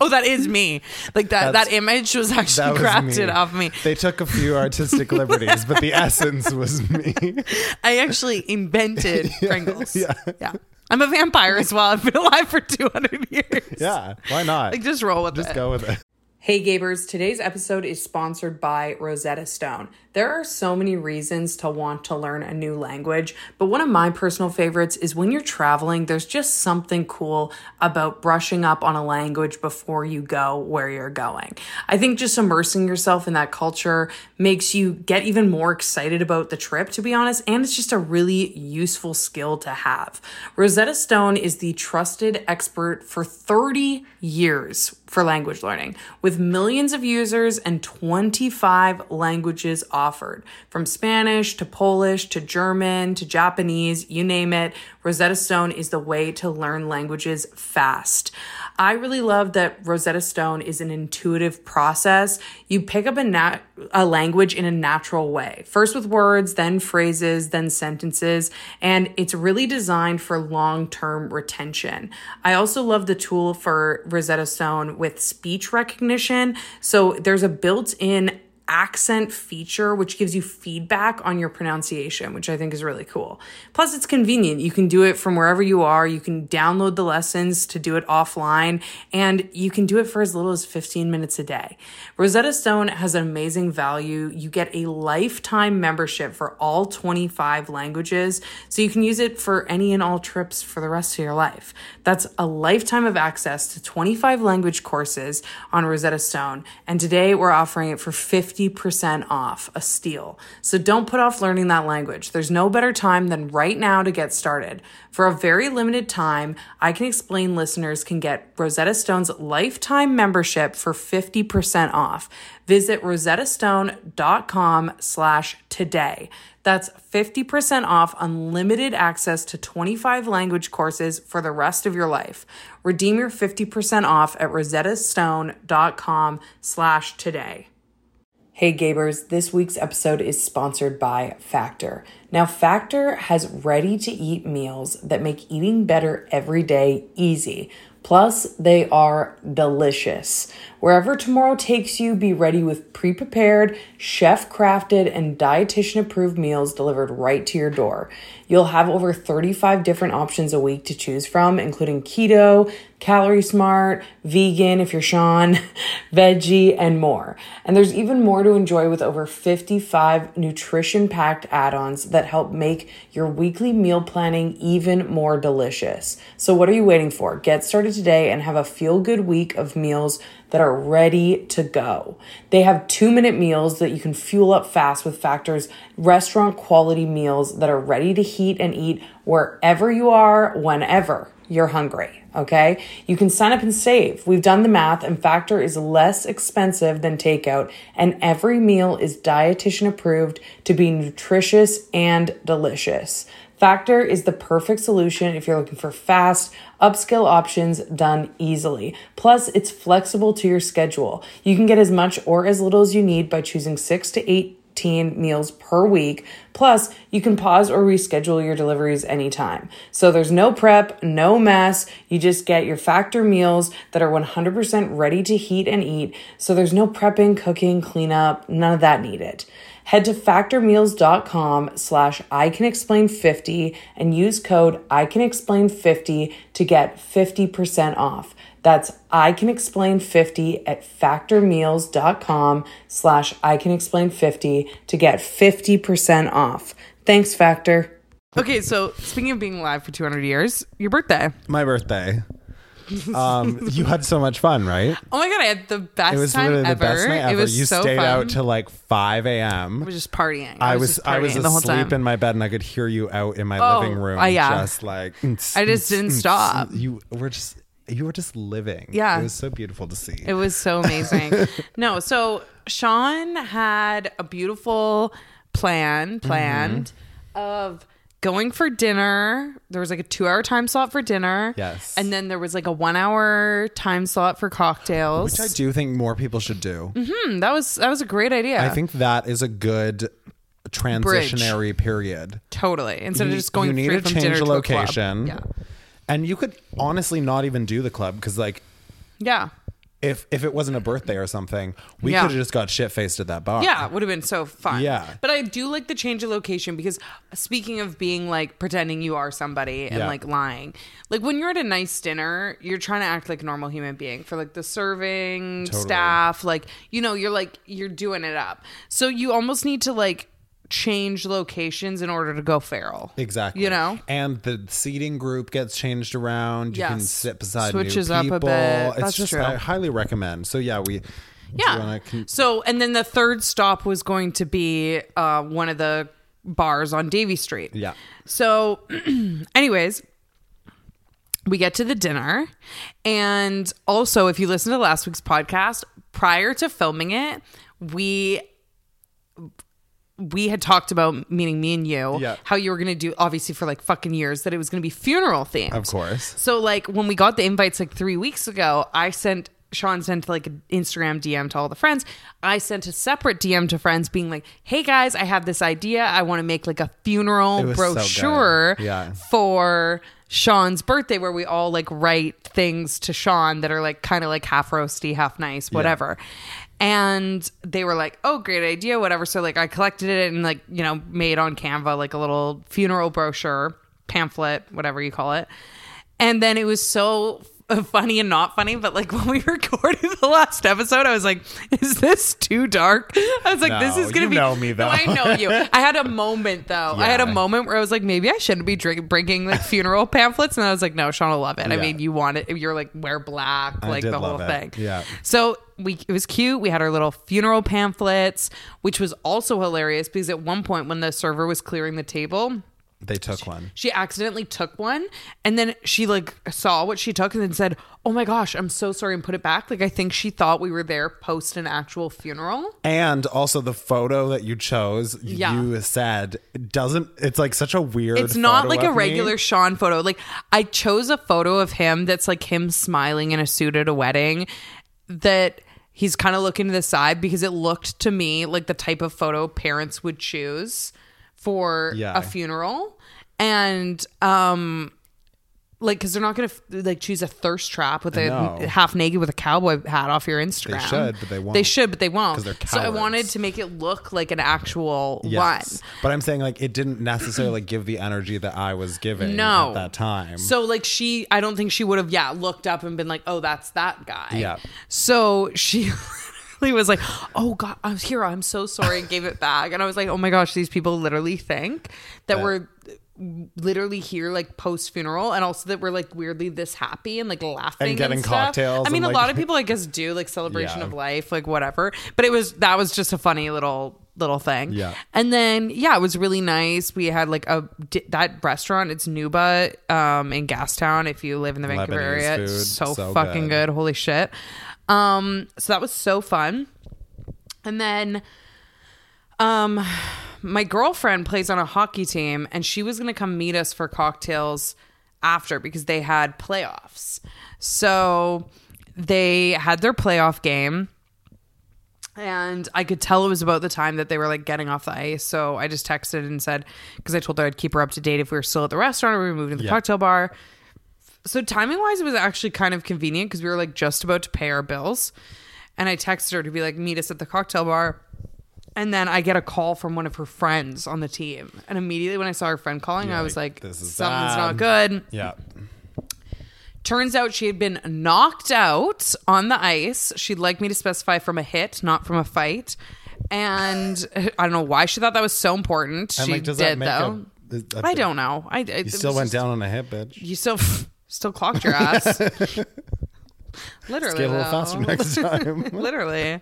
B: oh, that is me. Like that
A: That's-
B: that image was actually
A: That was
B: crafted
A: me.
B: off me.
A: They took a few artistic liberties, but the essence was me.
B: I actually invented Pringles. Yeah. I'm a vampire as well. I've been alive for 200 years.
A: yeah, why not?
B: Like, just roll with
A: Just
B: it.
A: go with it.
B: Hey Gabers, today's episode is sponsored by Rosetta Stone. There are so many reasons to want to learn a new language, but one of my personal favorites is when you're traveling, there's just something cool about brushing up on a language before you go where you're going. I think just immersing yourself in that culture makes you get even more excited about the trip, to be honest, and it's just a really useful skill to have. Rosetta Stone is the trusted expert for 30 years for language learning, with millions of users and 25 languages offered, from Spanish to Polish to German to Japanese, you name it. Rosetta Stone is the way to learn languages fast. I really love that Rosetta Stone is an intuitive process. You pick up a, nat- a language in a natural way, first with words, then phrases, then sentences, and it's really designed for long term retention. I also love the tool for Rosetta Stone with speech recognition. So there's a built in accent feature, which gives you feedback on your pronunciation, which I think is really cool. Plus, it's convenient. You can do it from wherever you are. You can download the lessons to do it offline, and you can do it for as little as 15 minutes a day. Rosetta Stone has an amazing value. You get a lifetime membership for all 25 languages, so you can use it for any and all trips for the rest of your life. That's a lifetime of access to 25 language courses on Rosetta Stone, and today we're offering it for 50 50% off a steal. So don't put off learning that language. There's no better time than right now to get started. For a very limited time, I Can Explain listeners can get Rosetta Stone's lifetime membership for 50% off. Visit rosettastone.com slash today. That's 50% off unlimited access to 25 language courses for the rest of your life. Redeem your 50% off at rosettastone.com slash today. Hey Gabers, this week's episode is sponsored by Factor. Now, Factor has ready to eat meals that make eating better every day easy. Plus, they are delicious. Wherever tomorrow takes you, be ready with pre prepared, chef crafted, and dietitian approved meals delivered right to your door. You'll have over 35 different options a week to choose from, including keto, calorie smart, vegan if you're Sean, veggie, and more. And there's even more to enjoy with over 55 nutrition packed add ons that help make your weekly meal planning even more delicious. So, what are you waiting for? Get started today and have a feel good week of meals that are ready to go. They have two minute meals that you can fuel up fast with Factor's restaurant quality meals that are ready to heat and eat wherever you are, whenever you're hungry. Okay. You can sign up and save. We've done the math and Factor is less expensive than takeout and every meal is dietitian approved to be nutritious and delicious. Factor is the perfect solution if you're looking for fast, upscale options done easily. Plus, it's flexible to your schedule. You can get as much or as little as you need by choosing six to eight 15 meals per week. Plus, you can pause or reschedule your deliveries anytime. So there's no prep, no mess. You just get your factor meals that are 100% ready to heat and eat. So there's no prepping, cooking, cleanup, none of that needed. Head to factormeals.com slash I can explain 50 and use code I can explain 50 to get 50% off. That's I can explain 50 at factormeals.com slash I can explain 50 to get 50% off. Thanks, Factor. Okay, so speaking of being live for 200 years, your birthday.
A: My birthday. Um, you had so much fun, right?
B: Oh my God, I had the best
A: It was
B: time
A: literally
B: ever.
A: the best night ever.
B: It was
A: you
B: so
A: stayed
B: fun.
A: out till like 5 a.m.
B: I was just partying.
A: I was
B: just
A: I was
B: partying the whole
A: asleep
B: time.
A: in my bed and I could hear you out in my
B: Oh,
A: living room.
B: uh, yeah.
A: Just like mm,
B: I just didn't stop.
A: You were just you were just living.
B: Yeah.
A: It was so beautiful to see.
B: It was so amazing. no, so Sean had a beautiful plan
A: Mm-hmm.
B: planned of going for dinner. There was like a two hour time slot for dinner.
A: Yes.
B: And then there was like a one hour time slot for cocktails.
A: Which I do think more people should do.
B: Hmm, that was that was a great idea.
A: I think that is a good transitionary period.
B: totally. Instead of just going
A: you need
B: straight
A: to
B: from
A: change
B: dinner
A: the location.
B: to a club.
A: And you could honestly not even do the club because like
B: Yeah. Yeah.
A: if if it wasn't a birthday or something, we
B: Yeah.
A: could have just got shit faced at that bar.
B: Yeah, it would have been so fun.
A: Yeah.
B: But I do like the change of location because speaking of being like pretending you are somebody and
A: Yeah.
B: like lying, like when you're at a nice dinner, you're trying to act like a normal human being for like the serving
A: Totally.
B: staff. Like, you know, you're like, you're doing it up. So you almost need to like change locations in order to go feral.
A: Exactly.
B: You know?
A: and the seating group gets changed around. You can
B: Yes.
A: sit beside
B: Switches
A: new
B: up a
A: people.
B: bit.
A: It's
B: That's
A: just
B: true.
A: I highly recommend. So yeah, we. do you
B: Yeah.
A: wanna con-
B: so, and then the third stop was going to be uh, one of the bars on Davy Street.
A: Yeah.
B: So, anyways, we get to the dinner. And also, if you listen to last week's podcast, prior to filming it, we we had talked about meaning me and you
A: Yeah.
B: how you were going to do obviously for like fucking years that it was going to be funeral themed
A: Of course.
B: so like when we got the invites like three weeks ago, I sent Sean sent like an Instagram DM to all the friends. I sent a separate DM to friends being like, "Hey guys, I have this idea. I want to make like a funeral
A: was so good.
B: brochure
A: Yeah.
B: for Sean's birthday where we all like write things to Sean that are like kind of like half roasty, half nice, whatever." And they were like, "Oh, great idea, whatever." So like I collected it and like, you know, made on Canva like a little funeral brochure, pamphlet, whatever you call it. And then it was so f- funny and not funny, but like when we recorded the last episode, I was like, "Is this too dark?" I was like, "This
A: No,
B: is gonna
A: you
B: be."
A: know me, though.
B: No, I know you. I had a moment though. I had a
A: Yeah.
B: moment where I was like, "Maybe I shouldn't be drink- bringing like funeral pamphlets," and I was like, "No, Sean will love it." I
A: Yeah.
B: mean, you want it. You're like wear black, like
A: did
B: the whole
A: love it.
B: thing.
A: Yeah.
B: So we it was cute. We had our little funeral pamphlets, which was also hilarious because at one point when the server was clearing the table
A: They took one.
B: she accidentally took one and then she like saw what she took and then said oh my gosh i'm so sorry and put it back like i think she thought we were there post an actual funeral
A: And also the photo that you chose,
B: Yeah.
A: you said it doesn't. It's like such a weird.
B: it's not
A: photo
B: like a
A: of me.
B: regular sean photo like i chose a photo of him that's like him smiling in a suit at a wedding that he's kind of looking to the side because it looked to me like the type of photo parents would choose for
A: Yeah.
B: a funeral and um like because they're not gonna f- like choose a thirst trap with a
A: No.
B: half naked with a cowboy hat off your instagram
A: should, but they won't.
B: they should but they won't
A: 'Cause they're
B: so i
A: cowards.
B: wanted to make it look like an actual one
A: Yes. But I'm saying like it didn't necessarily give the energy that I was giving
B: No.
A: at that time.
B: So like she, I don't think she would have yeah looked up and been like, oh, that's that guy.
A: Yeah.
B: So she literally was like, oh god, I was here. I'm so sorry, and gave it back. And I was like, oh my gosh, these people literally think that
A: That-
B: we're literally here like post funeral, and also that we're like weirdly this happy and like laughing
A: getting
B: stuff.
A: cocktails
B: I mean,
A: and,
B: a
A: like-
B: lot of people I guess do like celebration
A: Yeah.
B: of life, like whatever. But it was that was just a funny little little thing.
A: Yeah.
B: And then yeah, it was really nice. We had like a di- that restaurant. It's Nuba um, in Gastown. If you live in the Vancouver
A: Lebanese
B: area,
A: food,
B: it's so,
A: so
B: fucking
A: good.
B: good. Holy shit! Um, so that was so fun. And then, um, my girlfriend plays on a hockey team, and she was gonna come meet us for cocktails after because they had playoffs. So they had their playoff game and I could tell it was about the time that they were like getting off the ice. So I just texted and said because I told her I'd keep her up to date if we were still at the restaurant or we moved to the
A: Yeah.
B: cocktail bar. So timing wise, it was actually kind of convenient because we were like just about to pay our bills, and I texted her to be like meet us at the cocktail bar. And then I get a call from one of her friends on the team, and immediately when I saw her friend calling, I
A: like,
B: was like,
A: "This is
B: "Something's
A: bad."
B: not good."
A: yeah.
B: Turns out she had been knocked out on the ice. She'd like me to specify from a hit, not from a fight. And I don't know why she thought that was so important. She
A: And like does that
B: did
A: make
B: though.
A: a,
B: I I don't know. I, I
A: You still went down on a hip, bitch.
B: You still still clocked your ass. Literally,
A: Get a little
B: though.
A: faster next time.
B: literally,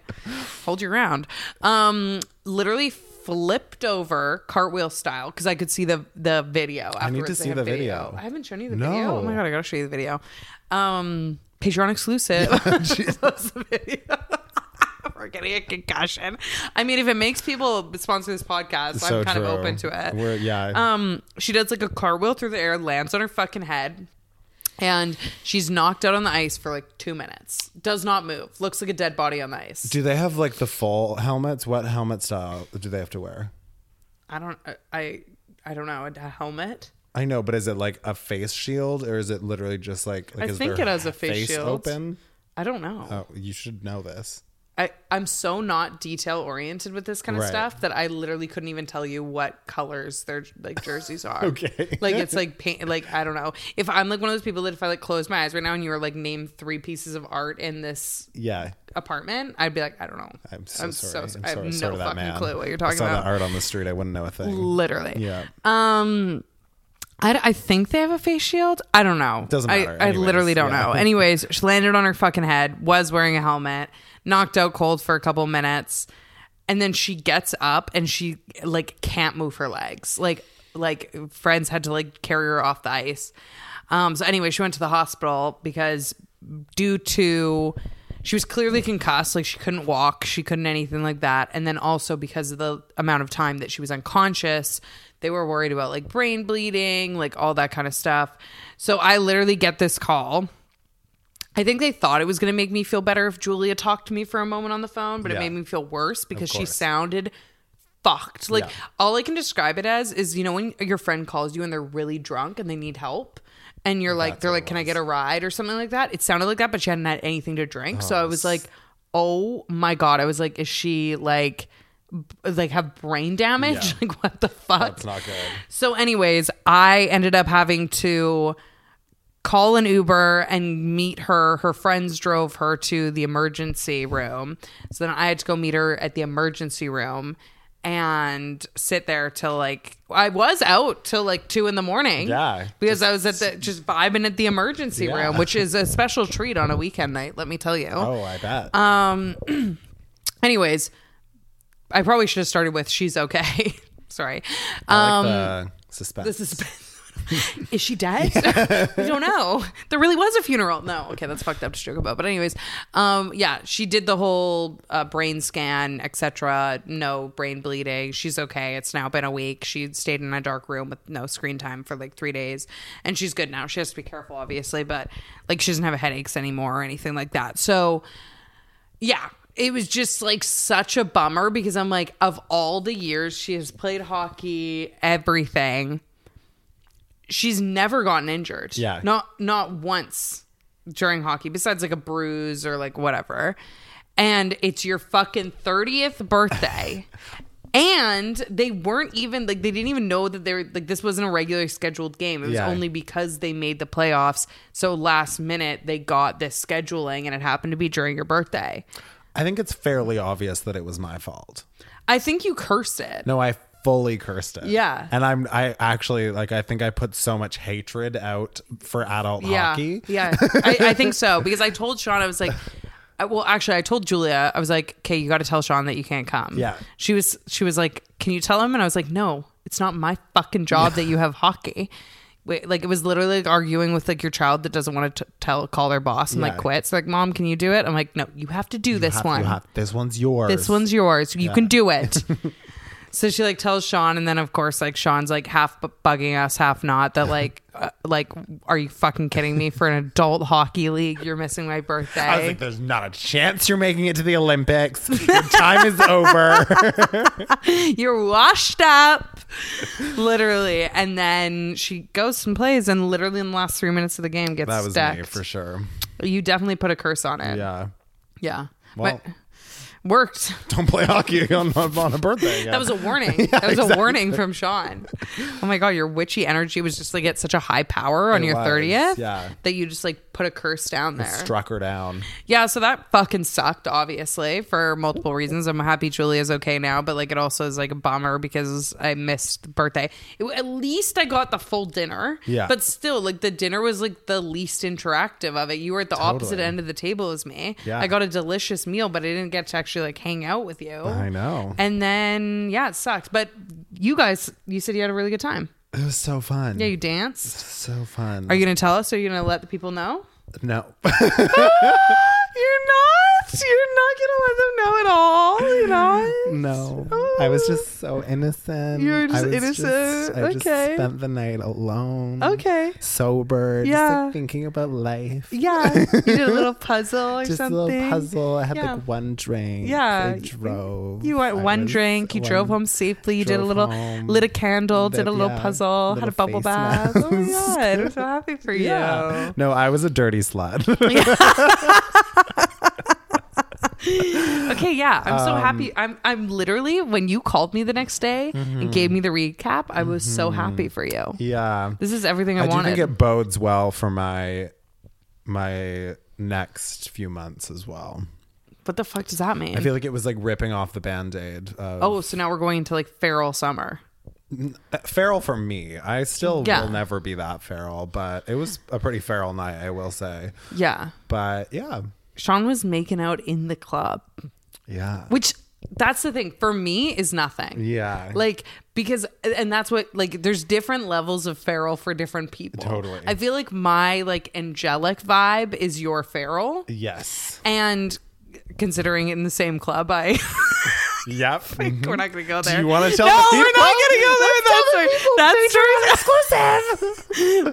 B: hold your round. Um, literally flipped over cartwheel style because I could see the the video. Afterwards.
A: need to
B: They
A: see
B: have
A: the video.
B: I haven't shown you the
A: No.
B: video. Oh my god, I gotta show you the video. Um, Patreon exclusive. That's the video. We're getting a concussion. I mean, if it makes people sponsor this podcast,
A: so
B: I'm kind
A: true.
B: of open to it.
A: We're, yeah.
B: Um, she does like a car wheel through the air, lands on her fucking head, and she's knocked out on the ice for like two minutes. Does not move. Looks like a dead body on the ice.
A: do they have like the full helmets? What helmet style do they have to wear?
B: I don't. uh, I. I don't know. A helmet.
A: I know, but is it like a face shield or is it literally just like, like
B: I
A: is
B: think
A: their
B: it has a face shield.
A: open?
B: I don't know.
A: Oh, you should know this.
B: I, I'm so not detail oriented with this kind of
A: Right.
B: stuff that I literally couldn't even tell you what colors their like jerseys are.
A: Okay.
B: Like it's like paint like I don't know. If I'm like one of those people that if I like close my eyes right now and you were like name three pieces of art in this
A: Yeah.
B: apartment, I'd be like, I don't know.
A: I'm so sorry.
B: so-
A: I'm
B: I have
A: sorry,
B: no
A: sorry to that
B: fucking
A: man.
B: clue what you're
A: I
B: talking
A: saw
B: about.
A: that art on the street. I wouldn't know a thing.
B: Literally.
A: Yeah.
B: Um, I, I think they have a face shield. I don't know.
A: Doesn't
B: I-
A: matter.
B: I,
A: Anyways,
B: literally don't
A: yeah.
B: know. Anyways, she landed on her fucking head, was wearing a helmet, knocked out cold for a couple minutes, and then she gets up and she like can't move her legs. Like like friends had to like carry her off the ice. Um, so anyway, she went to the hospital because due to she was clearly concussed like she couldn't walk she couldn't anything like that and then also because of the amount of time that she was unconscious they were worried about like brain bleeding like all that kind of stuff so i literally get this call i think they thought it was going to make me feel better if julia talked to me for a moment on the phone but it
A: Yeah.
B: made me feel worse because she
A: course.
B: sounded fucked like
A: Yeah.
B: all i can describe it as is you know when your friend calls you and they're really drunk and they need help and you're like they're
A: what
B: like
A: it
B: can i get a ride or something like that it sounded like that but she hadn't had anything to drink so i was like oh my god i was like is she like b- like have brain damage
A: Yeah.
B: like what the fuck
A: It's not good.
B: so anyways i ended up having to call an uber and meet her her friends drove her to the emergency room so then i had to go meet her at the emergency room and sit there till like I was out till like two in the morning.
A: Yeah.
B: because I was at the just vibing at the emergency
A: Yeah.
B: room, which is a special treat on a weekend night. Let me tell you.
A: Oh, I bet.
B: Um, Anyways, I probably should have started with "She's okay." Sorry.
A: I like the suspense.
B: This is. Is she dead? we don't know. There really was a funeral. No, okay, that's fucked up to joke about. But anyways, um, yeah, she did the whole uh, brain scan, etc. No brain bleeding. She's okay. It's now been a week. She stayed in a dark room with no screen time for like three days, and she's good now. She has to be careful, obviously, but like she doesn't have headaches anymore or anything like that. So yeah it was just like such a bummer because i'm like of all the years she has played hockey everything she's never gotten injured
A: Yeah.
B: not not once during hockey besides like a bruise or like whatever and it's your fucking 30th birthday and they weren't even like they didn't even know that they were like this wasn't a regular scheduled game it was
A: Yeah.
B: only because they made the playoffs so last minute they got this scheduling and it happened to be during your birthday
A: I think it's fairly obvious that it was my fault.
B: I think you cursed it.
A: No, I fully cursed it.
B: Yeah.
A: And I'm I actually like I think I put so much hatred out for adult
B: yeah,
A: hockey.
B: yeah, I, I think so because I told Sean I was like, I, well, actually, I told Julia I was like, okay, you got to tell Sean that you can't come.
A: Yeah.
B: she was she was like, can you tell him? And I was like, no, it's not my fucking job that you have hockey. Wait, like it was literally like arguing with like your child that doesn't want to tell call their boss and like
A: Yeah.
B: quits. Like, mom, can you do it? I'm like, no, you have to do this
A: Have- you
B: one.
A: have- this one's yours.
B: This one's yours. You can do it. so she like tells Sean, and then of course like Sean's like half bu- bugging us, half not. That like uh, like are you fucking kidding me? For an adult hockey league, you're missing my birthday.
A: I was like, there's not a chance you're making it to the Olympics. Your time is over.
B: you're washed up, literally. And then she goes and plays, and literally in the last three minutes of the game gets
A: that was
B: stacked.
A: me for sure.
B: You definitely put a curse on it. Yeah.
A: Yeah.
B: But
A: Well-
B: worked.
A: Don't play hockey on, on a birthday.
B: That was a warning. that was a warning from Sean. Oh my god, your witchy energy was just like at such a high power on
A: It
B: your
A: was,
B: thirtieth
A: yeah.
B: that you just like put a curse down there.
A: struck her down.
B: yeah, so that fucking sucked, obviously, for multiple reasons. I'm happy Julia's okay now, but like it also is like a bummer because I missed the birthday. It- at least I got the full dinner.
A: Yeah.
B: But still, like the dinner was like the least interactive of it. You were at the opposite
A: Totally.
B: end of the table as me.
A: Yeah.
B: I got a delicious meal, but I didn't get to actually like hang out with you.
A: I know.
B: And then yeah, it sucked. But you guys, you said you had a really good time.
A: It was so fun.
B: Yeah, you danced.
A: so fun.
B: Are you gonna tell us? Or are you gonna let the people know?
A: no.
B: You're not. You're not gonna let them know at all. You're not.
A: no. I was just so innocent.
B: Oh. You were just
A: I was
B: innocent.
A: I just
B: Okay.
A: spent the night alone.
B: Okay.
A: Sober. Just
B: Yeah.
A: like thinking about life.
B: Yeah. You did a little puzzle or
A: Just
B: something.
A: a little puzzle. I had
B: Yeah.
A: like one drink.
B: Yeah.
A: I drove.
B: You went
A: I
B: one
A: was
B: drink, you drove
A: one-
B: home safely, you did a
A: drove
B: little
A: home,
B: lit a candle,
A: lit
B: did a
A: up,
B: little
A: yeah,
B: puzzle, had a
A: little
B: bubble
A: face
B: bath. Oh my god, I'm so happy for you.
A: Yeah. No, I was a dirty slut.
B: Okay, yeah. I'm
A: Um,
B: so happy. I'm I'm literally when you called me the next day and gave
A: Mm-hmm.
B: me the recap, I was so happy for you.
A: yeah.
B: This is everything I,
A: Mm-hmm. I do
B: wanted.
A: think it bodes well for my my next few months as well.
B: what the fuck does that mean?
A: I feel like it was like ripping off the band-aid. Of,
B: oh, so now we're going into like feral summer.
A: Uh, feral for me. I still
B: Yeah.
A: will never be that feral, but it was a pretty feral night, I will say.
B: Yeah.
A: But yeah,
B: Sean was making out in the club,
A: yeah,
B: which that's the thing for me is nothing.
A: yeah.
B: Like because and that's what like there's different levels of feral for different people.
A: Totally.
B: I feel like my like angelic vibe is your feral
A: yes.
B: and considering in the same club I
A: Yep.
B: we're not going to go
A: Mm-hmm. Do
B: there.
A: you wanna tell
B: No,
A: the
B: we're not
A: people?
B: going to go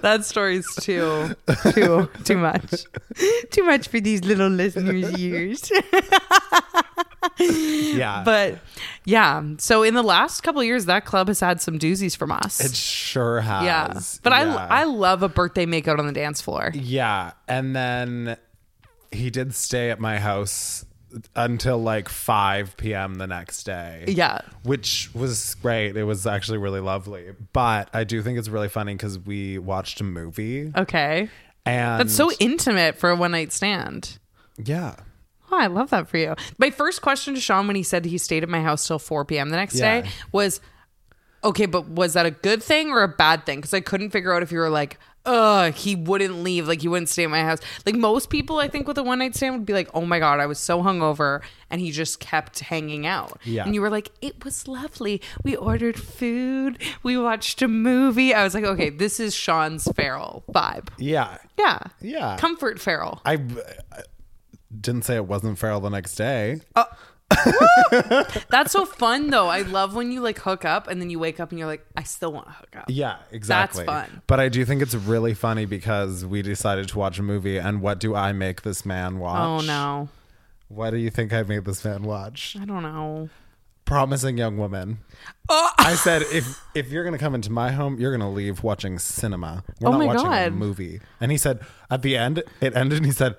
B: there. That's story. That story's exclusive. that story's too too too much. Too much for these little listeners' ears.
A: Yeah.
B: but yeah, so in the last couple of years that club has had some doozies from us.
A: it sure has.
B: Yeah. But I I love a birthday makeout on the dance floor.
A: Yeah, and then he did stay at my house until like 5 p.m. the next day.
B: Yeah.
A: Which was great. It was actually really lovely. But I do think it's really funny cuz we watched a movie
B: Okay.
A: and
B: That's so intimate for a one night stand.
A: Yeah.
B: Oh, I love that for you. My first question to Sean when he said he stayed at my house till 4 p.m. the next
A: Yeah.
B: day was, okay, but was that a good thing or a bad thing? Because I couldn't figure out if you were like, ugh, he wouldn't leave. Like, he wouldn't stay at my house. Like, most people, I think, with a one night stand would be like, oh my God, I was so hungover and he just kept hanging out.
A: Yeah.
B: And you were like, it was lovely. We ordered food, we watched a movie. I was like, okay, this is Sean's feral vibe.
A: Yeah.
B: Yeah.
A: Yeah.
B: Comfort feral.
A: I, I didn't say it wasn't feral the next day.
B: Oh, That's so fun though. I love when you like hook up and then you wake up and you're like, I still want to hook up.
A: Yeah, exactly.
B: fun.
A: But I do think it's really funny because we decided to watch a movie and what do I make this man
B: Oh
A: watch?
B: no.
A: Why do you think I made this man watch?
B: I don't know.
A: promising young woman.
B: Oh.
A: I said, if if you're gonna come into my home, you're gonna leave watching cinema. We're
B: Oh
A: not
B: my
A: watching a
B: God.
A: movie. And he said, at the end, it ended, and he said,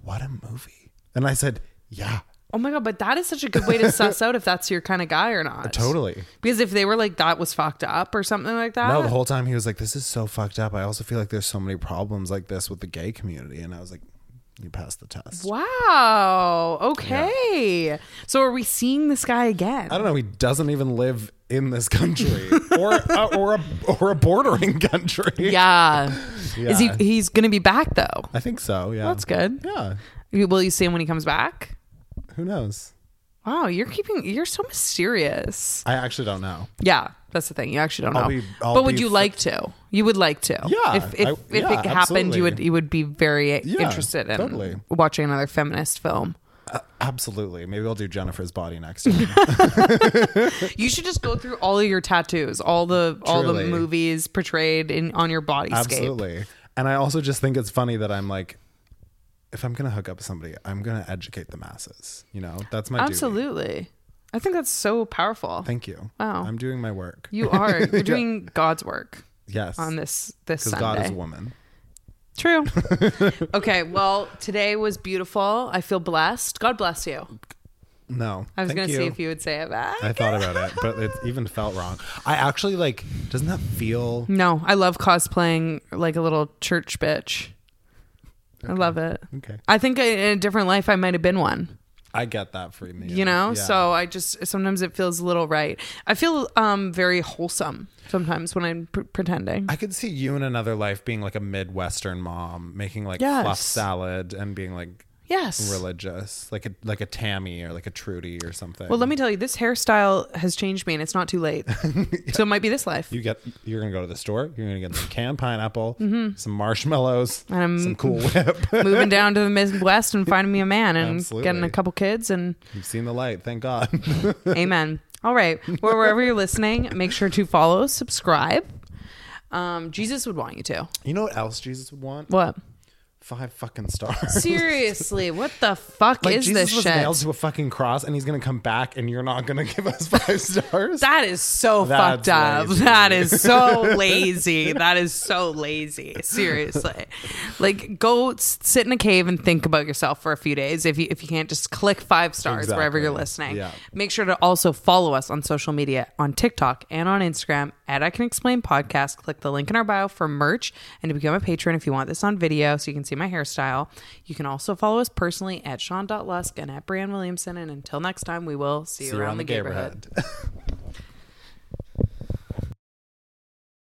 A: "What a movie!" And I said, "Yeah,
B: Oh my god, but that is such a good way to suss out if that's your kind of guy or not.
A: totally."
B: Because if they were like that was fucked up or something like that.
A: No, the whole time he was like, "This is so fucked up." I also feel like there's so many problems like this with the gay community, and I was like, "You passed the test."
B: wow. Okay. So are we seeing this guy again?
A: I don't know. He doesn't even live in this country, or uh, or a or a bordering country.
B: yeah. Is he
A: Yeah.
B: he's gonna be back though?
A: I think so. Yeah,
B: That's good.
A: Yeah,
B: Will you see him when he comes back?
A: who knows?
B: Wow, you're keeping you're so mysterious.
A: I actually don't know.
B: Yeah, that's the thing. You actually don't know.
A: be- I'll
B: but would
A: be
B: you
A: fr-
B: like to? You would like to.
A: Yeah,
B: If if,
A: I-
B: if
A: yeah,
B: it happened, you would
A: absolutely.
B: you would be very
A: Yeah,
B: interested in
A: totally.
B: watching another feminist film.
A: Absolutely. Maybe I'll do Jennifer's body next time.
B: You should just go through all of your tattoos, all the all the
A: Truly.
B: movies portrayed in on your bodyscape.
A: Absolutely. And I also just think it's funny that I'm like, if I'm going to hook up with somebody, I'm going to educate the masses. You know, that's my duty.
B: Absolutely. I think that's so powerful.
A: Thank you.
B: Wow.
A: I'm doing my work.
B: you are you're doing God's work
A: Yes.
B: on this this
A: Because
B: Sunday.
A: God is a woman.
B: True. okay, well, today was beautiful. I feel blessed. God bless you.
A: No.
B: I was
A: Thank
B: going to
A: you.
B: see if you would say it back.
A: I thought about it, but it even felt wrong. I actually like, doesn't that feel.
B: No, I love cosplaying like a little church bitch. I love it.
A: Okay.
B: I think I- in a different life I might have been one,
A: I get that for me.
B: you know?
A: Yeah.
B: So I just sometimes it feels a little right. I feel um very wholesome sometimes when I'm pr- pretending.
A: I could see you in another life being like a Midwestern mom, making like
B: Yes.
A: fluff salad and being like,
B: yes.
A: religious, like a like a Tammy or like a Trudy or something.
B: Well, let me tell you, this hairstyle has changed me and it's not too late. So it might be this life.
A: You get you're gonna go to the store. You're gonna get some canned pineapple, some marshmallows,
B: Mm-hmm. And
A: some Cool Whip.
B: Moving down to the Midwest and finding me a man and
A: Absolutely.
B: getting a couple kids and
A: You've seen the light, thank God.
B: amen. All right. Well, wherever you're listening, make sure to follow, subscribe. Um, Jesus would want you to.
A: You know what else Jesus would want?
B: What?
A: Five fucking stars.
B: Seriously, what the fuck
A: Like
B: is
A: Jesus
B: this
A: was
B: shit?
A: nailed to a fucking cross, and he's gonna come back, and you're not gonna give us five stars.
B: That is so
A: That's
B: fucked up.
A: lazy.
B: That is so lazy. That is so lazy. Seriously, like go s- sit in a cave and think about yourself for a few days. If you if you can't just click five stars wherever
A: Exactly.
B: you're listening,
A: Yeah.
B: make sure to also follow us on social media on TikTok and on Instagram at I Can Explain Podcast. Click the link in our bio for merch and to become a patron if you want this on video so you can see my hairstyle. You can also follow us personally at Sean.Lusk and at Brian Williamson. And until next time, we will see you, around, the neighborhood.
A: neighborhood.